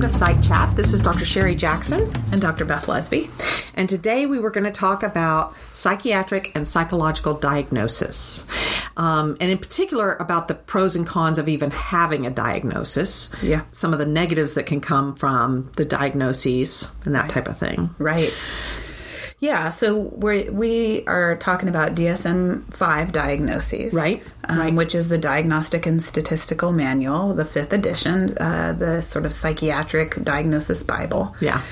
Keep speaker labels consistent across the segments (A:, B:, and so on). A: of Psych Chat. This is Dr. Sherry Jackson and Dr. Beth Lesby. And today we were going to talk about psychiatric and psychological diagnosis. Um, and in particular about the pros and cons of even having a diagnosis.
B: Yeah.
A: Some of the negatives that can come from the diagnoses and that type of thing.
B: Right. Yeah, so we we are talking about DSM five diagnoses,
A: Right,
B: Um,
A: right.
B: Which is the Diagnostic and Statistical Manual, the fifth edition, uh, the sort of psychiatric diagnosis Bible.
A: Yeah.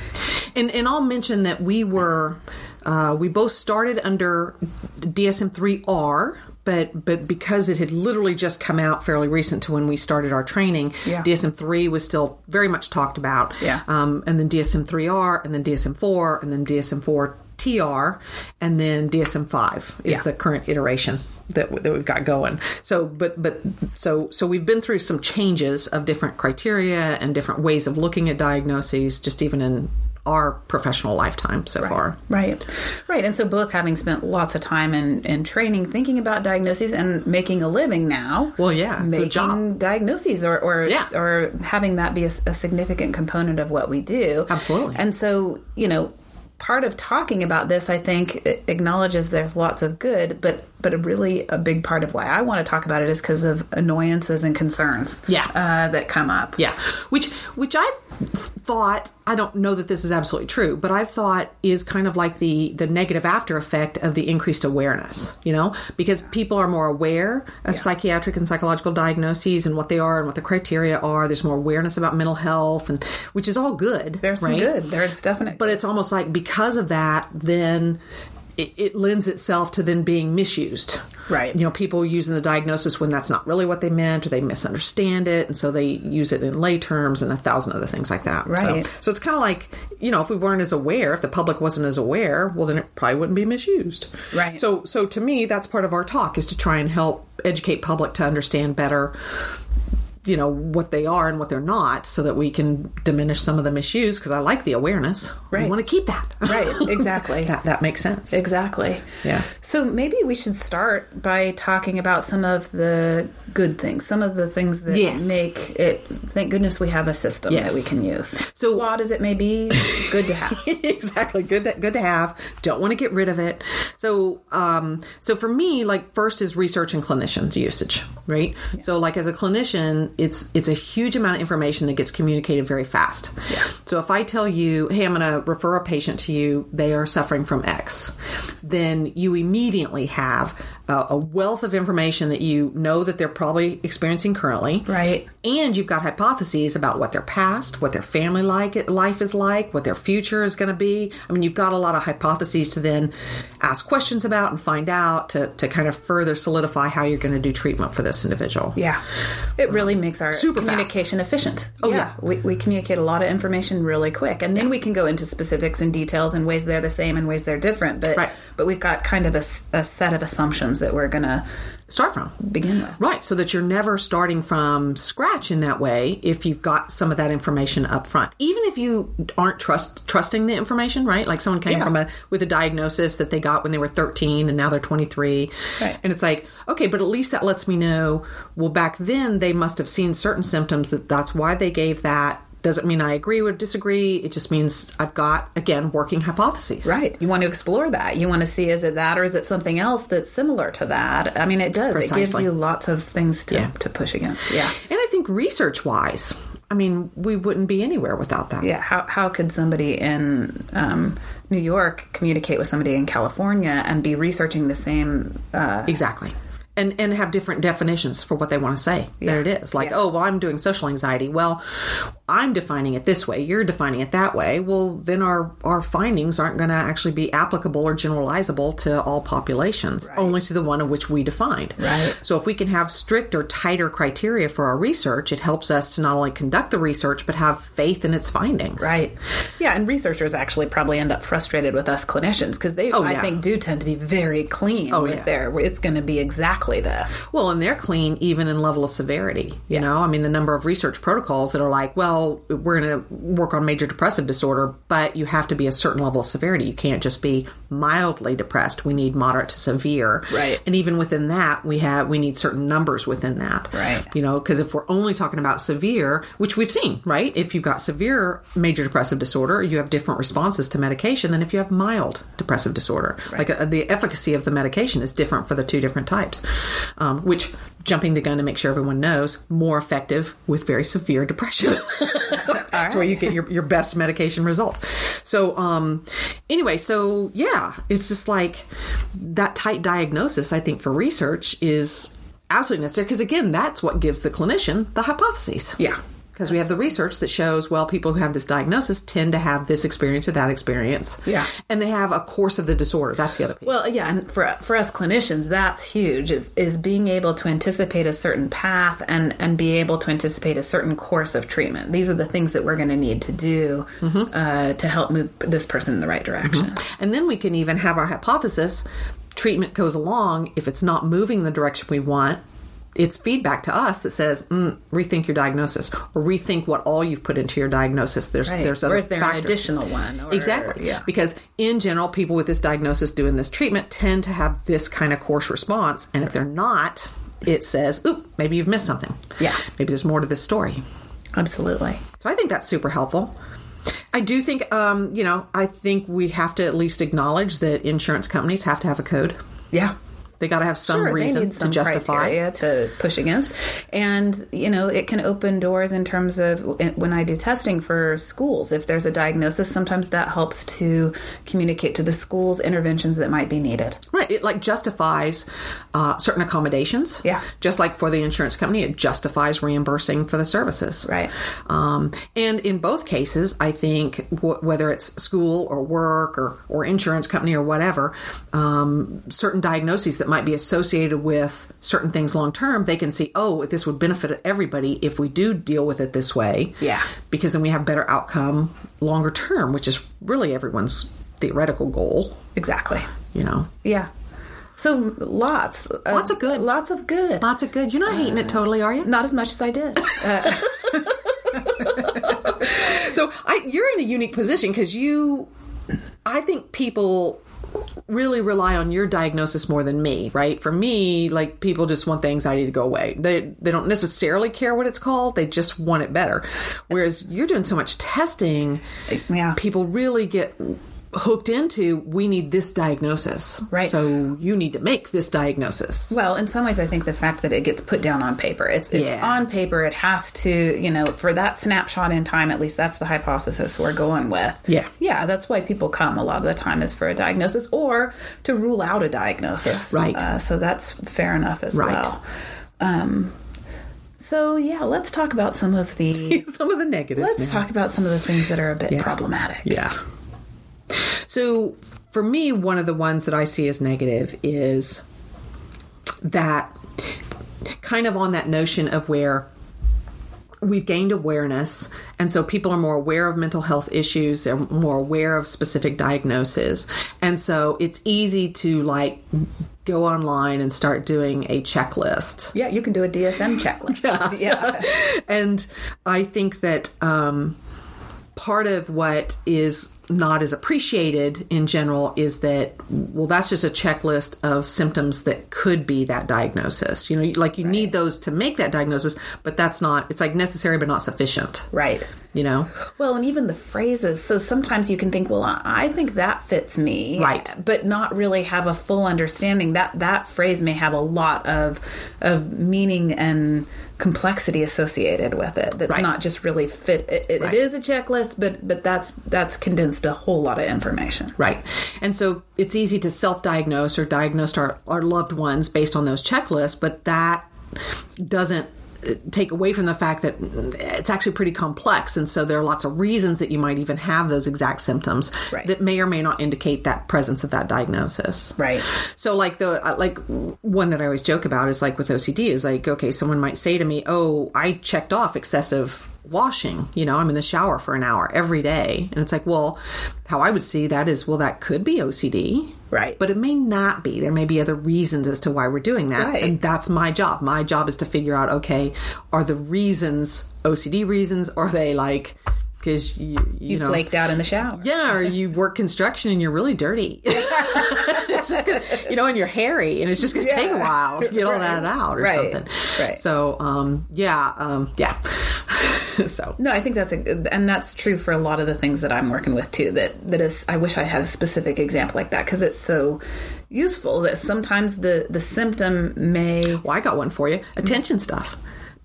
A: And and I'll mention that we were uh, we both started under DSM three R but but because it had literally just come out fairly recent to when we started our training,
B: Yeah.
A: DSM three was still very much talked about.
B: Yeah.
A: Um, and then DSM three R and then DSM four and then DSM four TR and then DSM five is
B: Yeah.
A: the current iteration that, that we've got going. So, but but so so we've been through some changes of different criteria and different ways of looking at diagnoses, just even in our professional lifetime so far.
B: Right, right, and so both having spent lots of time in, in training, thinking about diagnoses, and making a living now.
A: Well, yeah, it's a
B: making
A: job.
B: diagnoses or or,
A: Yeah.
B: or having that be a, s- a significant component of what we do.
A: Absolutely.
B: And so you know, part of talking about this, I think, a- acknowledges there's lots of good, but but a really a big part of why I want to talk about it is because of annoyances and concerns.
A: Yeah.
B: uh, that come up.
A: Yeah, which which I thought I don't know that this is absolutely true, but I've thought is kind of like the the negative after effect of the increased awareness, you know, because people are more aware of psychiatric and psychological diagnoses and what they are and what the criteria are. There's more awareness about mental health, and which is all good.
B: There's some
A: right?
B: good. There's definite.
A: but it's almost like because of that, then it, it lends itself to then being misused.
B: Right.
A: You know, people using the diagnosis when that's not really what they meant, or they misunderstand it, and so they use it in lay terms and a thousand other things like that.
B: Right.
A: So, so it's kind of like you know, if we weren't as aware, if the public wasn't as aware, well, then it probably wouldn't be misused.
B: Right.
A: So, so to me, that's part of our talk is to try and help educate public to understand better you know what they are and what they're not so that we can diminish some of the misuse because i like the awareness i
B: Right.
A: want to keep that
B: right, exactly.
A: that, that makes sense
B: Exactly.
A: Yeah.
B: So maybe we should start by talking about some of the good things, some of the things that
A: Yes.
B: make it. Thank goodness we have a system
A: Yes.
B: that we can use.
A: So-
B: So flawed as it may be, good to have.
A: exactly good to, good to have don't want to get rid of it so um so for me like first is research and clinician usage right so like as a clinician it's it's a huge amount of information that gets communicated very fast yeah. so if i tell you hey i'm going to refer a patient to you they are suffering from x then you immediately have a, a wealth of information that you know that they're probably experiencing currently
B: Right.
A: and you've got hypotheses about what their past, what their family like life is like, what their future is going to be. I mean, you've got a lot of hypotheses to then ask questions about and find out to, to kind of further solidify how you're going to do treatment for this individual.
B: Yeah. It really makes our
A: Super fast.
B: communication efficient. Oh,
A: yeah.
B: We, we communicate a lot of information really quick. And then we can go into specifics and details and ways they're the same and ways they're different. But,
A: Right.
B: but we've got kind of a, s- a set of assumptions that we're going to
A: Start from.
B: begin with.
A: Right, so that you're never starting from scratch in that way if you've got some of that information up front. Even if you aren't trust trusting the information, right? Like someone came
B: Yeah.
A: from a with a diagnosis that they got when they were 13 and now they're 23.
B: Right.
A: And it's like, okay, but at least that lets me know, well back then they must have seen certain symptoms that that's why they gave that. Doesn't mean I agree or disagree. It just means I've got again working hypotheses.
B: Right. You want to explore that. You want to see is it that or is it something else that's similar to that? I mean, it does. It gives
A: Precisely.
B: you lots of things to,
A: Yeah.
B: to push against. Yeah.
A: And I think research wise, I mean, we wouldn't be anywhere without that.
B: Yeah. How, how could somebody in um, New York communicate with somebody in California and be researching the same? Uh,
A: Exactly. And and have different definitions for what they want to say. There it is. Like,
B: Yeah.
A: oh, well, I'm doing social anxiety. Well, I'm defining it this way. You're defining it that way. Well, then our our findings aren't going to actually be applicable or generalizable to all populations, only to the one of which we defined.
B: Right.
A: So if we can have stricter, tighter criteria for our research, it helps us to not only conduct the research but have faith in its findings.
B: Right. Yeah, and researchers actually probably end up frustrated with us clinicians because they,
A: Oh, yeah. Oh,
B: I think, do tend to be very clean with
A: yeah.
B: their. It's going to be exactly this.
A: Well, and they're clean even in level of severity. You know, I mean, the number of research protocols that are like, well, well, we're going to work on major depressive disorder, but you have to be a certain level of severity. You can't just be mildly depressed. We need moderate to severe.
B: Right.
A: And even within that, we have we need certain numbers within that.
B: Right.
A: You know, because if we're only talking about severe, which we've seen, right? If you've got severe major depressive disorder, you have different responses to medication than if you have mild depressive disorder. Like uh, the efficacy of the medication is different for the two different types, um, which jumping the gun to make sure everyone knows more effective with very severe depression. That's where you get your, your best medication results. So, um, anyway, so yeah, it's just like that tight diagnosis, I think, for research is absolutely necessary because, again, that's what gives the clinician the hypotheses.
B: Yeah.
A: Because we have the research that shows, well, people who have this diagnosis tend to have this experience or that experience.
B: Yeah.
A: And they have a course of the disorder. That's the other piece.
B: Well, yeah, and for for us clinicians, that's huge. Is is being able to anticipate a certain path and and be able to anticipate a certain course of treatment. These are the things that we're going to need to do
A: Mm-hmm.
B: uh, to help move this person in the right direction.
A: And then we can even have our hypothesis. Treatment goes along. If it's not moving the direction we want, it's feedback to us that says, mm, rethink your diagnosis or rethink what all you've put into your diagnosis. There's,
B: Right.
A: there's
B: Or
A: other
B: is there an
A: factors.
B: additional one? Or,
A: Exactly.
B: Yeah.
A: Because in general, people with this diagnosis doing this treatment tend to have this kind of course response. And if they're not, it says, oop, maybe you've missed something.
B: Yeah.
A: Maybe there's more to this story.
B: Absolutely.
A: So I think that's super helpful. I do think, um, you know, I think we have to at least acknowledge that insurance companies have to have a code.
B: Yeah.
A: They got to have some
B: Sure,
A: reason to justify.
B: criteria to push against, and you know it can open doors in terms of eh, when I do testing for schools. If there's a diagnosis, sometimes that helps to communicate to the schools interventions that might be needed.
A: Right, it like justifies uh, certain accommodations.
B: Yeah.
A: just like for the insurance company, it justifies reimbursing for the services.
B: Right.
A: Um, and in both cases, I think w- whether it's school or work or, or insurance company or whatever, um, certain diagnoses that might be associated with certain things long term, they can see, oh, this would benefit everybody if we do deal with it this way.
B: Yeah.
A: Because then we have better outcome longer term, which is really everyone's theoretical goal,
B: Exactly.
A: you know.
B: Yeah. So lots, uh,
A: Lots of good.
B: lots of good.
A: Lots of good. You're not hating it totally, are you?
B: Not as much as I did.
A: So I, you're in a unique position because you, I think people really rely on your diagnosis more than me, right? For me, like people just want the anxiety to go away. They they don't necessarily care what it's called; they just want it better. Whereas you're doing so much testing,
B: Yeah.
A: people really get hooked into we need this diagnosis,
B: Right.
A: So you need to make this diagnosis.
B: Well, in some ways, I think the fact that it gets put down on paper, it's, it's
A: Yeah.
B: on paper, it has to, you know, for that snapshot in time, at least that's the hypothesis we're going with.
A: Yeah.
B: Yeah, that's why people come a lot of the time is for a diagnosis or to rule out a diagnosis.
A: Right.
B: Uh, so that's fair enough as
A: Right.
B: well. Um, so, yeah, let's talk about some of the.
A: Some of the negatives.
B: Let's
A: now.
B: talk about some of the things that are a bit problematic.
A: Yeah. So for me, one of the ones that I see as negative is that kind of on that notion of where we've gained awareness and so people are more aware of mental health issues they're more aware of specific diagnoses and so it's easy to like go online and start doing a checklist
B: Yeah, you can do a DSM checklist. yeah.
A: and I think that um, part of what is not as appreciated in general is that well that's just a checklist of symptoms that could be that diagnosis you know like you need those to make that diagnosis but that's not it's like necessary but not sufficient
B: Right.
A: you know
B: Well, and even the phrases. So sometimes you can think, well, I- I think that fits me,
A: Right.
B: But not really have a full understanding that that phrase may have a lot of of meaning and complexity associated with it. That's
A: Right.
B: not just really fit. It, it,
A: Right.
B: it is a checklist, but but that's that's condensed a whole lot of information.
A: Right. And so it's easy to self diagnose or diagnose our, our loved ones based on those checklists, but that doesn't uh, take away from the fact that it's actually pretty complex. And so there are lots of reasons that you might even have those exact symptoms
B: Right.
A: that may or may not indicate that presence of that diagnosis.
B: Right.
A: So like the uh, like one that I always joke about is like with OCD is like okay someone might say to me oh I checked off excessive washing you know I'm in the shower for an hour every day and it's like well how I would see that is well that could be OCD
B: Right.
A: But it may not be. There may be other reasons as to why we're doing that.
B: Right.
A: And that's my job. My job is to figure out okay, are the reasons OCD reasons? Are they like, because you, you,
B: you
A: know.
B: flaked out in the shower.
A: Yeah, or you work construction and you're really dirty. It's just gonna- you know, and you're hairy, and it's just going to take a
B: Yeah.
A: while to get all
B: Right.
A: that out or
B: Right.
A: something.
B: Right.
A: So, um, yeah, um, yeah. so,
B: No, I think that's a, and that's true for a lot of the things that I'm working with too. That that is, I wish I had a specific example like that because it's so useful. That sometimes the the symptom may
A: well, I got one for you. Attention stuff.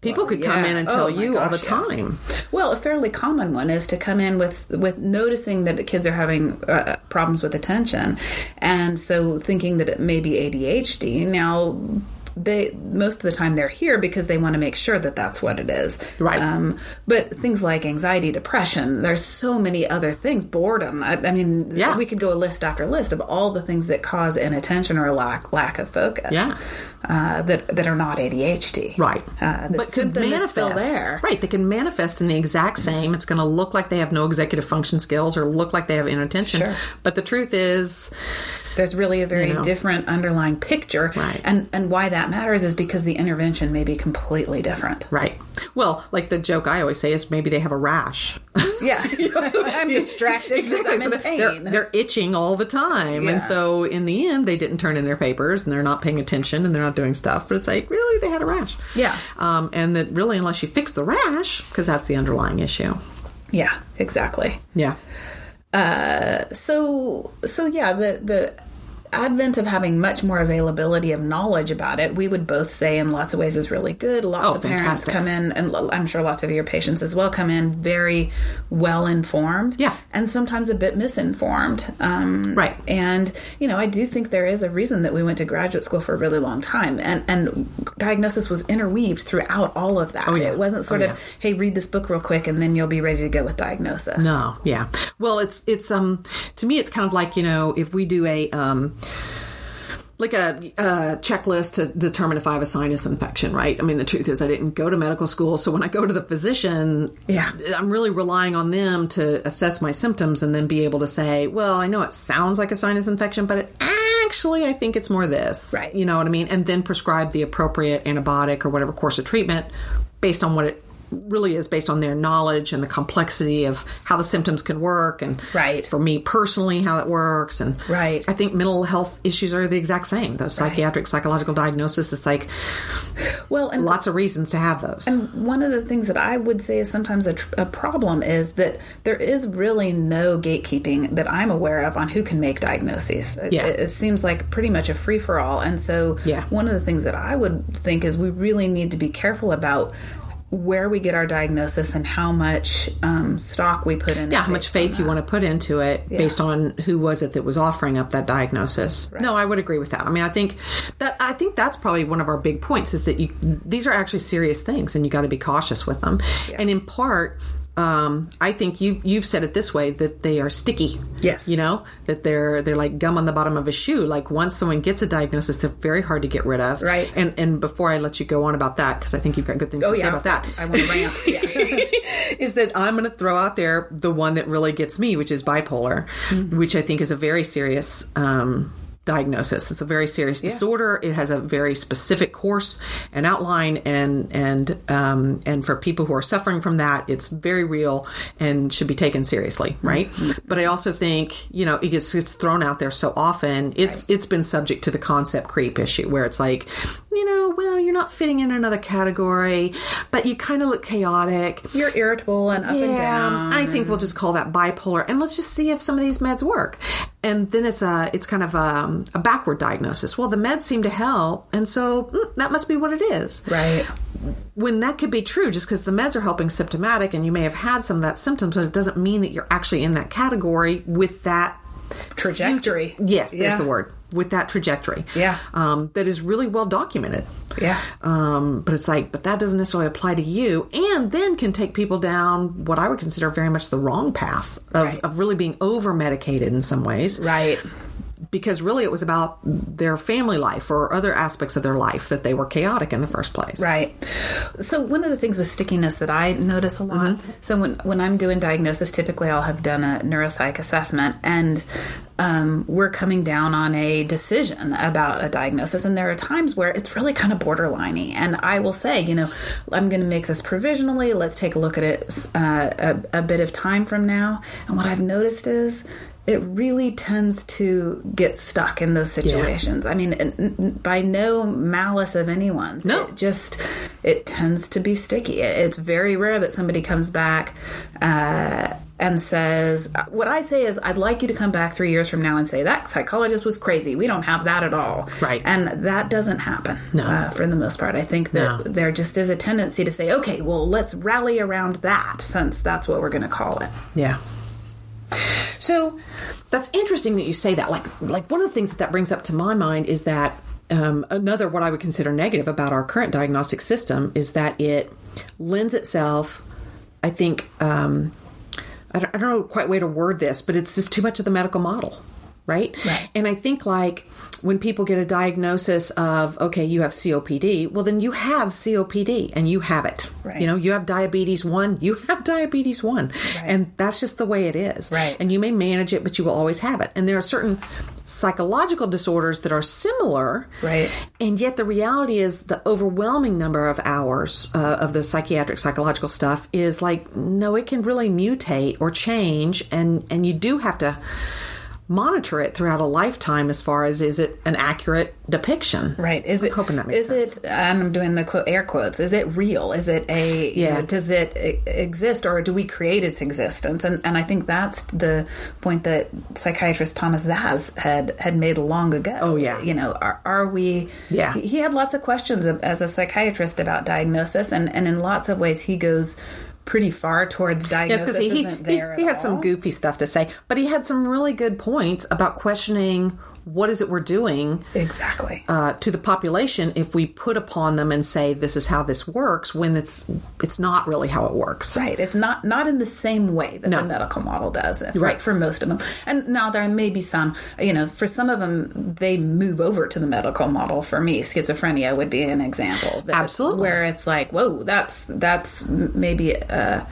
A: People could come
B: yeah.
A: in and
B: Oh
A: tell
B: my
A: you all the
B: gosh, yes.
A: time.
B: Well, a fairly common one is to come in with with noticing that the kids are having uh, problems with attention, and so thinking that it may be ADHD. Now, they most of the time they're here because they want to make sure that that's what it is,
A: Right.
B: Um, but things like anxiety, depression, there's so many other things, boredom. I, I mean,
A: Yeah.
B: we could go a list after list of all the things that cause inattention or lack lack of focus.
A: Yeah.
B: Uh, that that are not ADHD,
A: Right.
B: Uh, the
A: but could
B: symptom
A: manifest.
B: is still there,
A: Right. They can manifest in the exact same. It's going to look like they have no executive function skills or look like they have inattention.
B: Sure.
A: But the truth is,
B: there's really a very
A: know.
B: different underlying picture
A: Right.
B: and and why that matters is because the intervention may be completely different
A: right. Well, like the joke I always say is maybe they have a rash.
B: yeah i'm distracted exactly
A: exactly.
B: I'm
A: So
B: in
A: they're,
B: pain.
A: they're, they're itching all the time.
B: Yeah.
A: And so in the end, they didn't turn in their papers and they're not paying attention and they're not doing stuff. But it's like, really? They had a rash.
B: Yeah.
A: Um, and that really, unless you fix the rash, because that's the underlying issue.
B: yeah exactly
A: Yeah.
B: so so yeah the the advent of having much more availability of knowledge about it we would both say in lots of ways is really good lots
A: Oh,
B: of parents
A: fantastic.
B: come in and lo- i'm sure lots of your patients as well come in very well informed
A: Yeah.
B: and sometimes a bit misinformed um,
A: Right.
B: and you know i do think there is a reason that we went to graduate school for a really long time and and diagnosis was interweaved throughout all of that
A: yeah.
B: it wasn't sort
A: Oh,
B: of
A: yeah.
B: hey read this book real quick and then you'll be ready to go with diagnosis
A: No, yeah. Well, it's it's um to me it's kind of like you know if we do a um like a, a checklist to determine if I have a sinus infection, right? I mean, the truth is I didn't go to medical school, so when I go to the physician,
B: Yeah.
A: I'm really relying on them to assess my symptoms and then be able to say, well, I know it sounds like a sinus infection, but it actually I think it's more this,
B: Right.
A: You know what I mean? And then prescribe the appropriate antibiotic or whatever course of treatment based on what it really is based on their knowledge and the complexity of how the symptoms can work and
B: Right.
A: for me personally how it works and
B: Right.
A: I think mental health issues are the exact same. Those psychiatric psychological diagnosis it's like
B: well and
A: lots of reasons to have those.
B: one of the things that I would say is sometimes a, tr- a problem is that there is really no gatekeeping that I'm aware of on who can make diagnoses. It-
A: Yeah.
B: It, it seems like pretty much a free for all. And so,
A: Yeah.
B: one of the things that I would think is we really need to be careful about where we get our diagnosis and how much um, stock we put in.
A: yeah, how much faith you want to put into it based on who was it that was offering up that diagnosis. No, I would agree with that. I mean, I think that I think that's probably one of our big points is that you these are actually serious things and you got to be cautious with them. And in part um, I think you you've said it this way that they are sticky.
B: Yes.
A: you know that they're they're like gum on the bottom of a shoe. Like once someone gets a diagnosis, they're very hard to get rid of.
B: Right.
A: And and before I let you go on about that because I think you've got good things
B: Oh
A: to
B: yeah,
A: say about that
B: I want to rant. Yeah.
A: is that I'm going to throw out there the one that really gets me, which is bipolar, which I think is a very serious um, diagnosis. It's a very serious disorder. It has a very specific course and outline, and and um, and for people who are suffering from that, it's very real and should be taken seriously, right? But I also think you know it gets, gets thrown out there so often. It's it's been subject to the concept creep issue, where it's like, you know, well, you're not fitting in another category, but you kind of look chaotic
B: You're irritable and up and down.
A: um, i think we'll just call that bipolar and let's just see if some of these meds work and then it's a it's kind of um, a backward diagnosis well the meds seem to help and so mm, that must be what it is
B: right.
A: when that could be true just because the meds are helping symptomatic and you may have had some of that symptoms but it doesn't mean that you're actually in that category with that
B: Trajectory.
A: yes
B: Yeah.
A: there's the word with that trajectory
B: Yeah.
A: um, that is really well documented
B: Yeah.
A: um, but it's like, but that doesn't necessarily apply to you, and then can take people down what I would consider very much the wrong path of,
B: Right.
A: of really being over medicated in some ways,
B: Right.
A: because really it was about their family life or other aspects of their life that they were chaotic in the first place.
B: Right. So one of the things with stickiness that I notice a lot. So when when I'm doing diagnosis, typically I'll have done a neuropsych assessment, and um, we're coming down on a decision about a diagnosis. And there are times where it's really kind of borderliney. And I will say, you know, I'm going to make this provisionally. Let's take a look at it uh, a, a bit of time from now. And what I've noticed is. It really tends to get stuck in those situations. I mean, n- n- by no malice of anyone's,
A: No.
B: it just it tends to be sticky. It- It's very rare that somebody comes back uh, and says, "What I say is, I'd like you to come back three years from now and say that psychologist was crazy. We don't have that at all."
A: Right.
B: and that doesn't happen uh, for the most part. I think that
A: No.
B: there just is a tendency to say, "Okay, well, let's rally around that," since that's what we're going to call it.
A: Yeah. So that's interesting that you say that. Like, like one of the things that that brings up to my mind is that um, another what I would consider negative about our current diagnostic system is that it lends itself, I think, um, I, don't, I don't know quite way to word this, but it's just too much of the medical model. Right?
B: Right.
A: And I think, like, when people get a diagnosis of, okay, you have COPD, well, then you have COPD and you have it.
B: Right.
A: You know, you have diabetes one, you have diabetes one. And that's just the way it is.
B: Right.
A: And you may manage it, but you will always have it. And there are certain psychological disorders that are similar.
B: Right.
A: And yet the reality is the overwhelming number of hours uh, of the psychiatric psychological stuff is like no, it can really mutate or change, and and you do have to monitor it throughout a lifetime as far as is it an accurate depiction
B: Right? Is it
A: hoping that makes
B: is it? and I'm doing the quote, air quotes. Is it real? Is it a? you
A: Yeah.
B: know, does it e- exist, or do we create its existence? And and I think that's the point that psychiatrist Thomas Zaz had had made long ago. Oh
A: yeah.
B: You know, are, are we?
A: Yeah.
B: He had lots of questions of- as a psychiatrist about diagnosis, and and in lots of ways he goes pretty far towards
A: Yes,
B: diagnosis.
A: because he, he,
B: isn't there
A: he, he
B: at
A: had some
B: all.
A: goofy stuff to say, but he had some really good points about questioning what is it we're doing
B: exactly.
A: uh, to the population if we put upon them and say this is how this works when it's it's not really how it works.
B: Right. It's not not in the same way that the medical model does. For,
A: Right.
B: For most of them, and now there may be some. You know, for some of them, they move over to the medical model. For me, schizophrenia would be an example. that-
A: Absolutely.
B: Where it's like, whoa, that's that's m- maybe uh,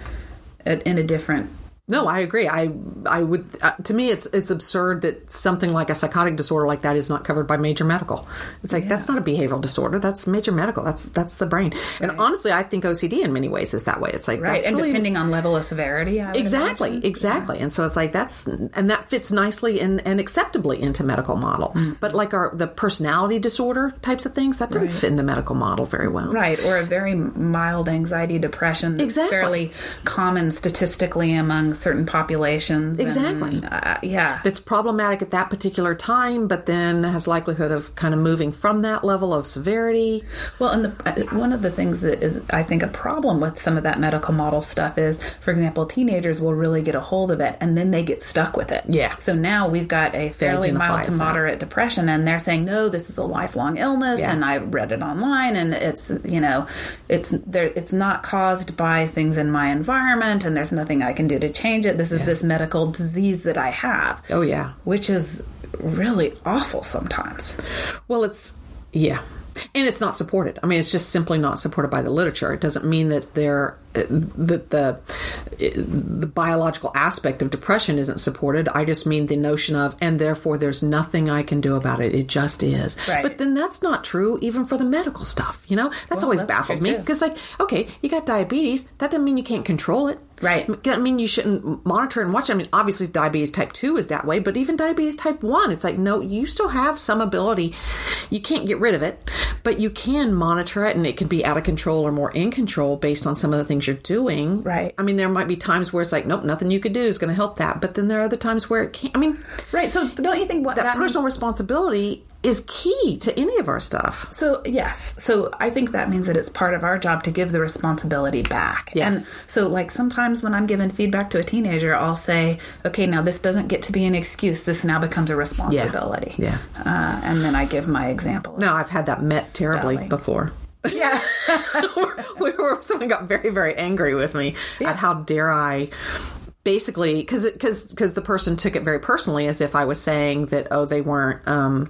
B: a- in a different.
A: No, I agree. I I would uh, to me it's it's absurd that something like a psychotic disorder like that is not covered by major medical. It's like that's not a behavioral disorder. That's major medical. That's that's the brain. And honestly, I think OCD in many ways is that way. It's like
B: Right.
A: that's
B: and
A: really-
B: depending on level of severity. I would
A: Exactly,
B: imagine.
A: exactly. And so it's like that's and that fits nicely and, and acceptably into medical model. But like our the personality disorder types of things, that doesn't fit into medical model very well.
B: Right, or a very mild anxiety depression. that's
A: Exactly.
B: Fairly common statistically among certain populations. and,
A: Exactly.
B: uh, yeah.
A: That's problematic at that particular time, but then has likelihood of kind of moving from that level of severity.
B: Well, and the, uh, one of the things that is, I think, a problem with some of that medical model stuff is, for example, teenagers will really get a hold of it and then they get stuck with it.
A: Yeah.
B: So now we've got a fairly
A: identify
B: mild to
A: as that.
B: moderate depression, and they're saying, no, this is a lifelong illness,
A: Yeah.
B: and I read it online, and it's, you know, it's there, it's not caused by things in my environment, and there's nothing I can do to change it. This is this medical disease that I have.
A: Oh yeah.
B: Which is really awful sometimes.
A: Well, it's yeah, and it's not supported. I mean, it's just simply not supported by the literature. It doesn't mean that there that the the biological aspect of depression isn't supported. I just mean the notion of and therefore there's nothing I can do about it. It just is.
B: Right.
A: But then that's not true even for the medical stuff. You know, that's always
B: that's
A: baffled
B: true,
A: me
B: too.
A: because like okay, you got diabetes. That doesn't mean you can't control it.
B: Right.
A: It doesn't mean you shouldn't monitor and watch. it. I mean, obviously, diabetes type 2 is that way, but even diabetes type 1, it's like, no, you still have some ability. You can't get rid of it, but you can monitor it, and it can be out of control or more in control based on some of the things you're doing.
B: Right.
A: I mean, there might be times where it's like, nope, nothing you could do is going to help that. But then there are other times where it can't. I mean,
B: Right. So don't you think what
A: that,
B: that means-
A: personal responsibility is key to any of our stuff.
B: So yes, so I think that means that it's part of our job to give the responsibility back.
A: Yeah.
B: And so like sometimes when I'm giving feedback to a teenager, I'll say, "Okay, now this doesn't get to be an excuse. This now becomes a responsibility."
A: Yeah.
B: Uh, and then I give my example.
A: No, I've had that met terribly
B: Spelling.
A: before.
B: Yeah.
A: where, where someone got very, very angry with me at how dare I basically because because because the person took it very personally as if I was saying that oh they weren't um,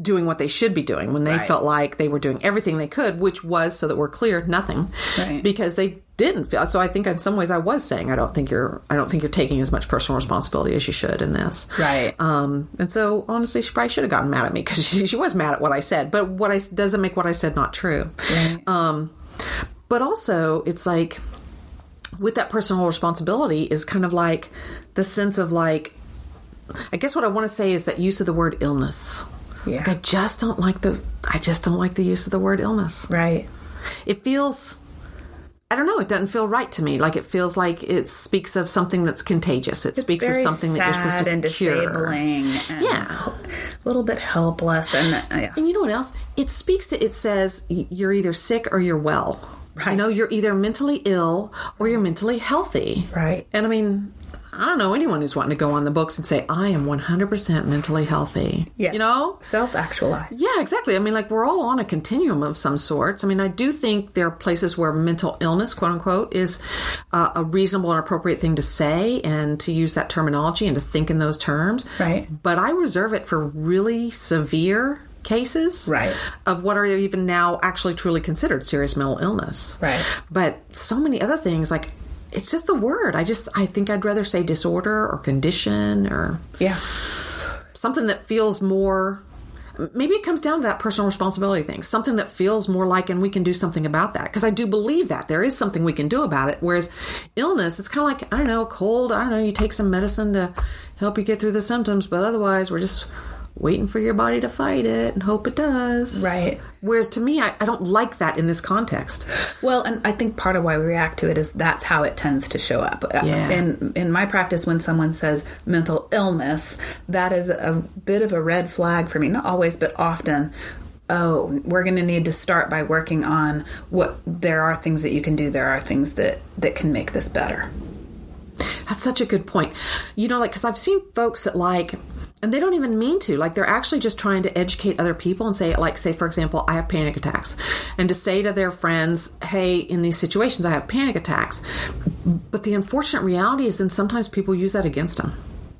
A: doing what they should be doing when they
B: Right.
A: felt like they were doing everything they could, which was so that we're clear nothing
B: Right.
A: because they didn't feel so i think in some ways i was saying i don't think you're i don't think you're taking as much personal responsibility as you should in this
B: Right.
A: um and so honestly she probably should have gotten mad at me because she, she was mad at what i said but what i s- doesn't make what i said not true
B: Right.
A: um but also it's like with that personal responsibility is kind of like the sense of like i guess what i want to say is that use of the word illness
B: Yeah.
A: Like, i just don't like the i just don't like the use of the word illness
B: Right.
A: it feels I don't know. It doesn't feel right to me. Like it feels like it speaks of something that's contagious. It speaks of
B: very
A: something that you're supposed
B: sad
A: to
B: and
A: cure.
B: disabling. And
A: Yeah.
B: A little bit helpless and uh, yeah.
A: And you know what else? It speaks to. It says y- you're either sick or you're well. You
B: Right.
A: know, you're either mentally ill or you're mentally healthy.
B: Right.
A: And I mean, I don't know anyone who's wanting to go on the books and say I am 100% mentally healthy.
B: Yes.
A: You know,
B: self actualized.
A: Yeah, exactly. I mean, like we're all on a continuum of some sorts. I mean, I do think there are places where mental illness, quote unquote, is uh, a reasonable and appropriate thing to say and to use that terminology and to think in those terms.
B: Right.
A: But I reserve it for really severe cases
B: Right.
A: of what are even now actually truly considered serious mental illness.
B: Right.
A: But so many other things like it's just the word. I just I think I'd rather say disorder or condition or
B: Yeah.
A: something that feels more maybe it comes down to that personal responsibility thing something that feels more like and we can do something about that because i do believe that there is something we can do about it whereas illness it's kind of like i don't know cold i don't know you take some medicine to help you get through the symptoms but otherwise we're just waiting for your body to fight it and hope it does
B: Right.
A: whereas to me i, I don't like that in this context
B: Well, and I think part of why we react to it is that's how it tends to show up. Uh,
A: Yeah.
B: In in my practice, when someone says mental illness, that is a bit of a red flag for me. Not always, but often. Oh, we're going to need to start by working on what there are things that you can do. There are things that that can make this better.
A: That's such a good point. You know, like, because I've seen folks that like, and they don't even mean to. Like, they're actually just trying to educate other people and say, like, say, for example, I have panic attacks. And to say to their friends, hey, in these situations, I have panic attacks. But the unfortunate reality is then sometimes people use that against them.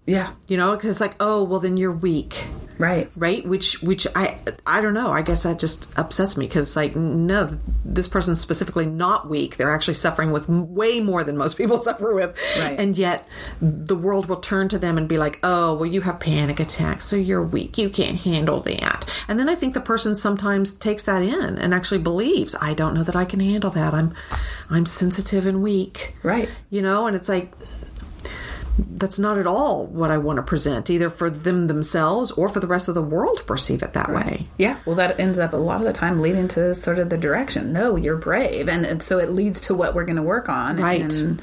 B: Yeah.
A: You know, because it's like, oh, well, then you're weak
B: Right.
A: right which which i i don't know i guess that just upsets me because like no this person's specifically not weak they're actually suffering with m- way more than most people suffer with
B: Right.
A: and yet the world will turn to them and be like oh well you have panic attacks so you're weak you can't handle that and then i think the person sometimes takes that in and actually believes i don't know that i can handle that i'm i'm sensitive and weak
B: Right.
A: you know and it's like that's not at all what i want to present either for them themselves or for the rest of the world to perceive it that way
B: Yeah, well, that ends up a lot of the time leading to sort of the direction. No, you're brave, and, and so it leads to what we're going to work on,
A: Right.
B: In,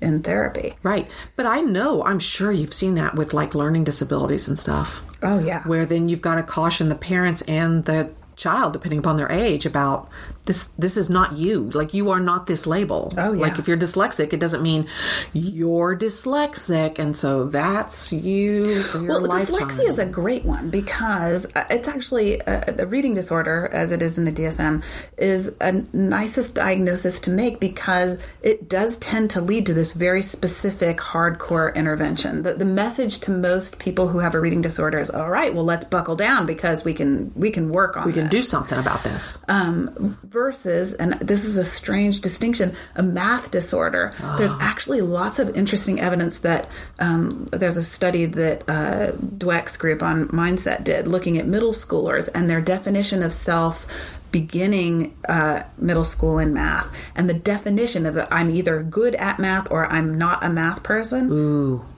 B: in therapy.
A: right but i know i'm sure you've seen that with like learning disabilities and stuff
B: Oh yeah,
A: where then you've got to caution the parents and the child depending upon their age about this this is not you like you are not this label
B: Oh, yeah.
A: like if you're dyslexic it doesn't mean you're dyslexic and so that's you for your
B: well,
A: lifetime
B: dyslexia is a great one because uh, it's actually a, a reading disorder, as it is in the DSM, is a nicest diagnosis to make because it does tend to lead to this very specific, hardcore intervention. The, the message to most people who have a reading disorder is, "All right, well, let's buckle down because we can we can work on
A: we can do something about this
B: um, versus, and this is a strange distinction, a math disorder. There's actually lots of interesting evidence that um, there's a study that uh, Dweck's group on Mindset did looking at middle schoolers and their definition of self beginning uh, middle school in math and the definition of I'm either good at math or I'm not a math person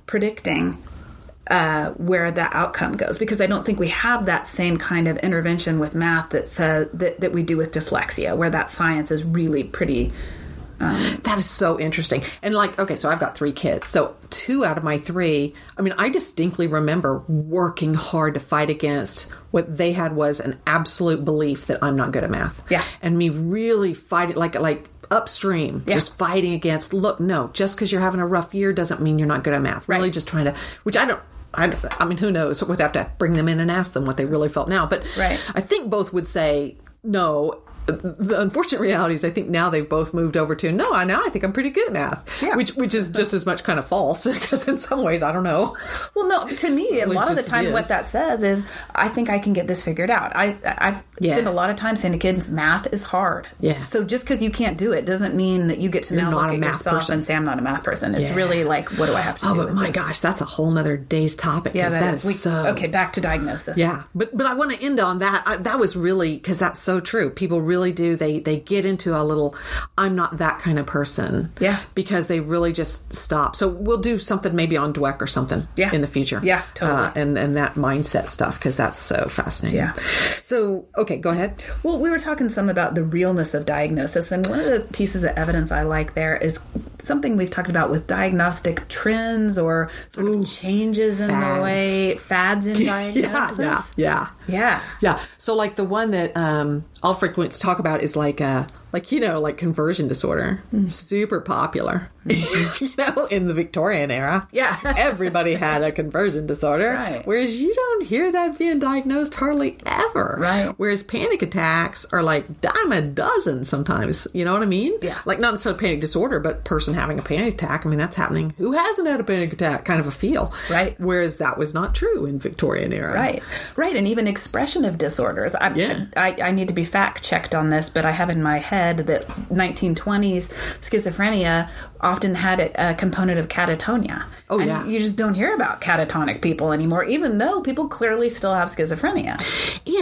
B: predicting uh, where the outcome goes because I don't think we have that same kind of intervention with math that says that, that we do with dyslexia, where that science is really pretty.
A: That is so interesting. And like, okay, so I've got three kids. So two out of my three, I mean, I distinctly remember working hard to fight against what they had was an absolute belief that I'm not good at math.
B: Yeah.
A: And me really fighting, like, like upstream,
B: Yeah.
A: just fighting against, look, no, just because you're having a rough year doesn't mean you're not good at math. Really
B: Right.
A: just trying to, which I don't. I, don't- I mean, who knows? We'd have to bring them in and ask them what they really felt now. But
B: Right.
A: I think both would say no. the unfortunate reality is I think now they've both moved over to no, I now I think I'm pretty good at math,
B: Yeah.
A: which which is just as much kind of false because in some ways I don't know.
B: Well, no, to me, a
A: Well, it
B: lot of the
A: just
B: time, what
A: is.
B: that says is, I think I can get this figured out. I I've
A: Yeah.
B: spent a lot of time saying to kids, math is hard.
A: Yeah.
B: So just because you can't do it doesn't mean that you get to now
A: not
B: look
A: a
B: at
A: math
B: yourself
A: person.
B: and say I'm not a math person. It's
A: Yeah.
B: really like, what do I have to
A: Oh,
B: do?
A: but
B: with
A: my
B: this?
A: gosh, that's a whole nother day's topic.
B: yeah,
A: Yeah, that is
B: we-
A: so
B: okay. Back to diagnosis.
A: Yeah, but but I want to end on that. I, that was really because that's so true. People really do. They they get into a little. I'm not that kind of person.
B: Yeah.
A: because they really just stop. So we'll do something maybe on Dweck or something.
B: Yeah.
A: in the future.
B: Yeah, totally.
A: Uh, and and that mindset stuff because that's so fascinating.
B: Yeah.
A: So okay, go ahead.
B: Well, we were talking some about the realness of diagnosis, and one of the pieces of evidence I like there is something we've talked about with diagnostic trends or sort of changes in
A: fads.
B: the way fads in
A: Yeah,
B: diagnosis.
A: yeah, yeah.
B: Yeah.
A: Yeah. So like the one that um Alfred went to talk about is like uh like you know like conversion disorder,
B: Mm-hmm.
A: super popular. you know, in the Victorian era.
B: Yeah.
A: everybody had a conversion disorder.
B: Right.
A: Whereas you don't hear that being diagnosed hardly ever.
B: Right.
A: Whereas panic attacks are like dime a dozen sometimes. You know what I mean?
B: Yeah.
A: Like not necessarily panic disorder, but person having a panic attack. I mean that's happening. Who hasn't had a panic attack? Kind of a feel.
B: Right.
A: Whereas that was not true in Victorian era.
B: Right, right, and even expression of disorders. I,
A: Yeah.
B: I, I need to be fact checked on this, but I have in my head that 1920s schizophrenia often had a, a component of catatonia.
A: Oh,
B: And
A: yeah.
B: you just don't hear about catatonic people anymore, even though people clearly still have schizophrenia.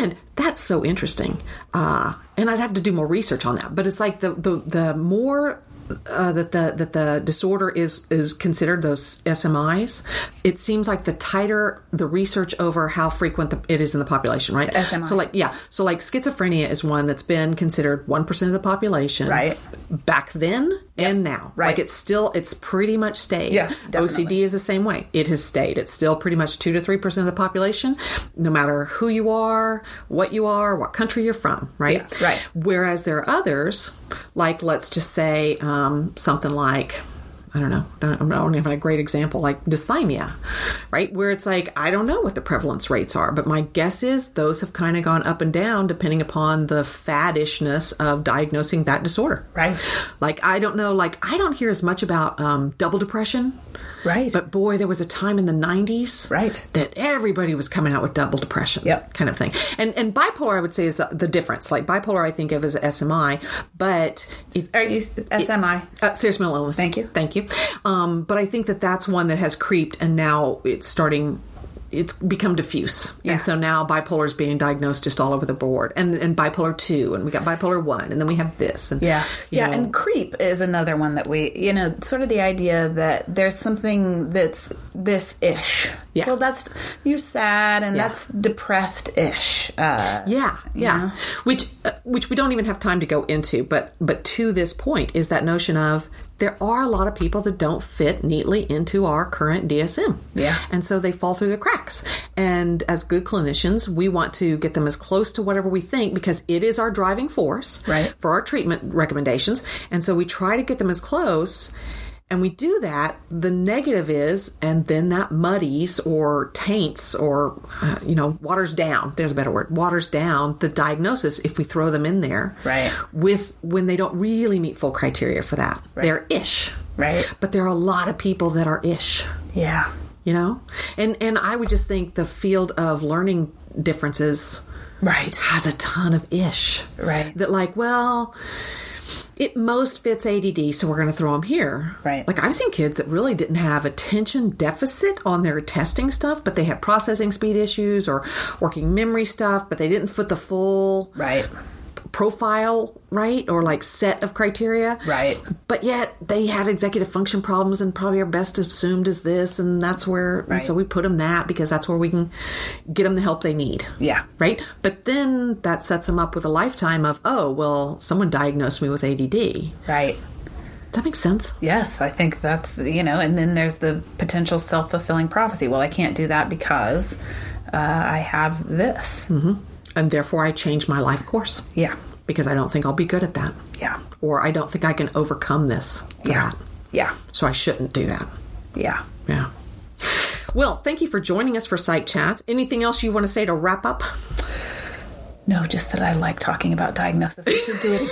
A: And that's so interesting. Uh, and I'd have to do more research on that. But it's like the the, the more uh, that the that the disorder is is considered those SMIs, it seems like the tighter the research over how frequent the, it is in the population, right?
B: SMI.
A: So like yeah, so like schizophrenia is one that's been considered one percent of the population,
B: Right.
A: Back then and now,
B: Right.
A: Like it's still it's pretty much stayed.
B: Yes, definitely.
A: OCD is the same way. It has stayed. It's still pretty much two to three percent of the population, no matter who you are, what you are, what country you're from, right?
B: Yeah, right.
A: Whereas there are others, like let's just say um, something like. I don't know. I don't- I don't even have a great example like dysthymia, right? Where it's like, I don't know what the prevalence rates are, but my guess is those have kind of gone up and down depending upon the faddishness of diagnosing that disorder.
B: Right.
A: Like, I don't know, like, I don't hear as much about um, double depression.
B: Right.
A: But boy, there was a time in the '90s,
B: Right.
A: that everybody was coming out with double depression,
B: Yep.
A: kind of thing. And and bipolar, I would say, is the, the difference. Like bipolar, I think of as SMI, but it's
B: Are you SMI?
A: uh, serious mental illness.
B: Thank you.
A: thank you. Um, but I think that that's one that has creeped, and now it's starting. It's become diffuse,
B: Yeah.
A: and so now bipolar is being diagnosed just all over the board, and and bipolar two, and we got bipolar one, and then we have this, and
B: Yeah.
A: you
B: Yeah.
A: know.
B: And creep is another one that we, you know, sort of the idea that there's something that's this ish.
A: Yeah.
B: Well, that's, you're sad and that's depressed ish. Uh,
A: Yeah, yeah. Which uh, which we don't even have time to go into, but but to this point is that notion of there are a lot of people that don't fit neatly into our current DSM.
B: Yeah.
A: And so they fall through the cracks. And as good clinicians, we want to get them as close to whatever we think because it is our driving force
B: Right.
A: for our treatment recommendations. And so we try to get them as close. And we do that. The negative is, and then that muddies or taints or, uh, you know, waters down. There's a better word. Waters down the diagnosis if we throw them in there.
B: Right.
A: With when they don't really meet full criteria for that. They're ish.
B: Right.
A: But there are a lot of people that are ish
B: Yeah.
A: you know and and i would just think the field of learning differences
B: Right.
A: has a ton of ish
B: Right.
A: that like well it most fits ADD, so we're going to throw them here.
B: Right.
A: Like I've seen kids that really didn't have attention deficit on their testing stuff, but they had processing speed issues or working memory stuff, but they didn't fit the full
B: Right.
A: profile right or like set of criteria
B: Right.
A: but yet they had executive function problems and probably are best assumed as this and that's where and so
B: Right.
A: we put them that because that's where we can get them the help they need
B: Yeah.
A: right but then that sets them up with a lifetime of oh well someone diagnosed me with add does
B: Right.
A: that make sense
B: Yes, I think that's, you know, and then there's the potential self fulfilling prophecy. Well, I can't do that because uh, I have this.
A: and therefore i change my life course
B: Yeah.
A: because i don't think i'll be good at that
B: Yeah.
A: or i don't think i can overcome this for
B: Yeah.
A: that.
B: Yeah.
A: so i shouldn't do that
B: Yeah.
A: Yeah. Well, thank you for joining us for Psych Chat. Anything else you want to say to wrap up?
B: No, just that I like talking about diagnosis. We should do it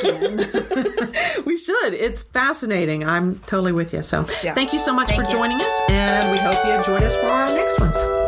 B: again.
A: We should. It's fascinating. I'm totally with you. So
B: Yeah.
A: thank you so much
B: Thank
A: for
B: you.
A: joining us, and we hope you join us for our next ones.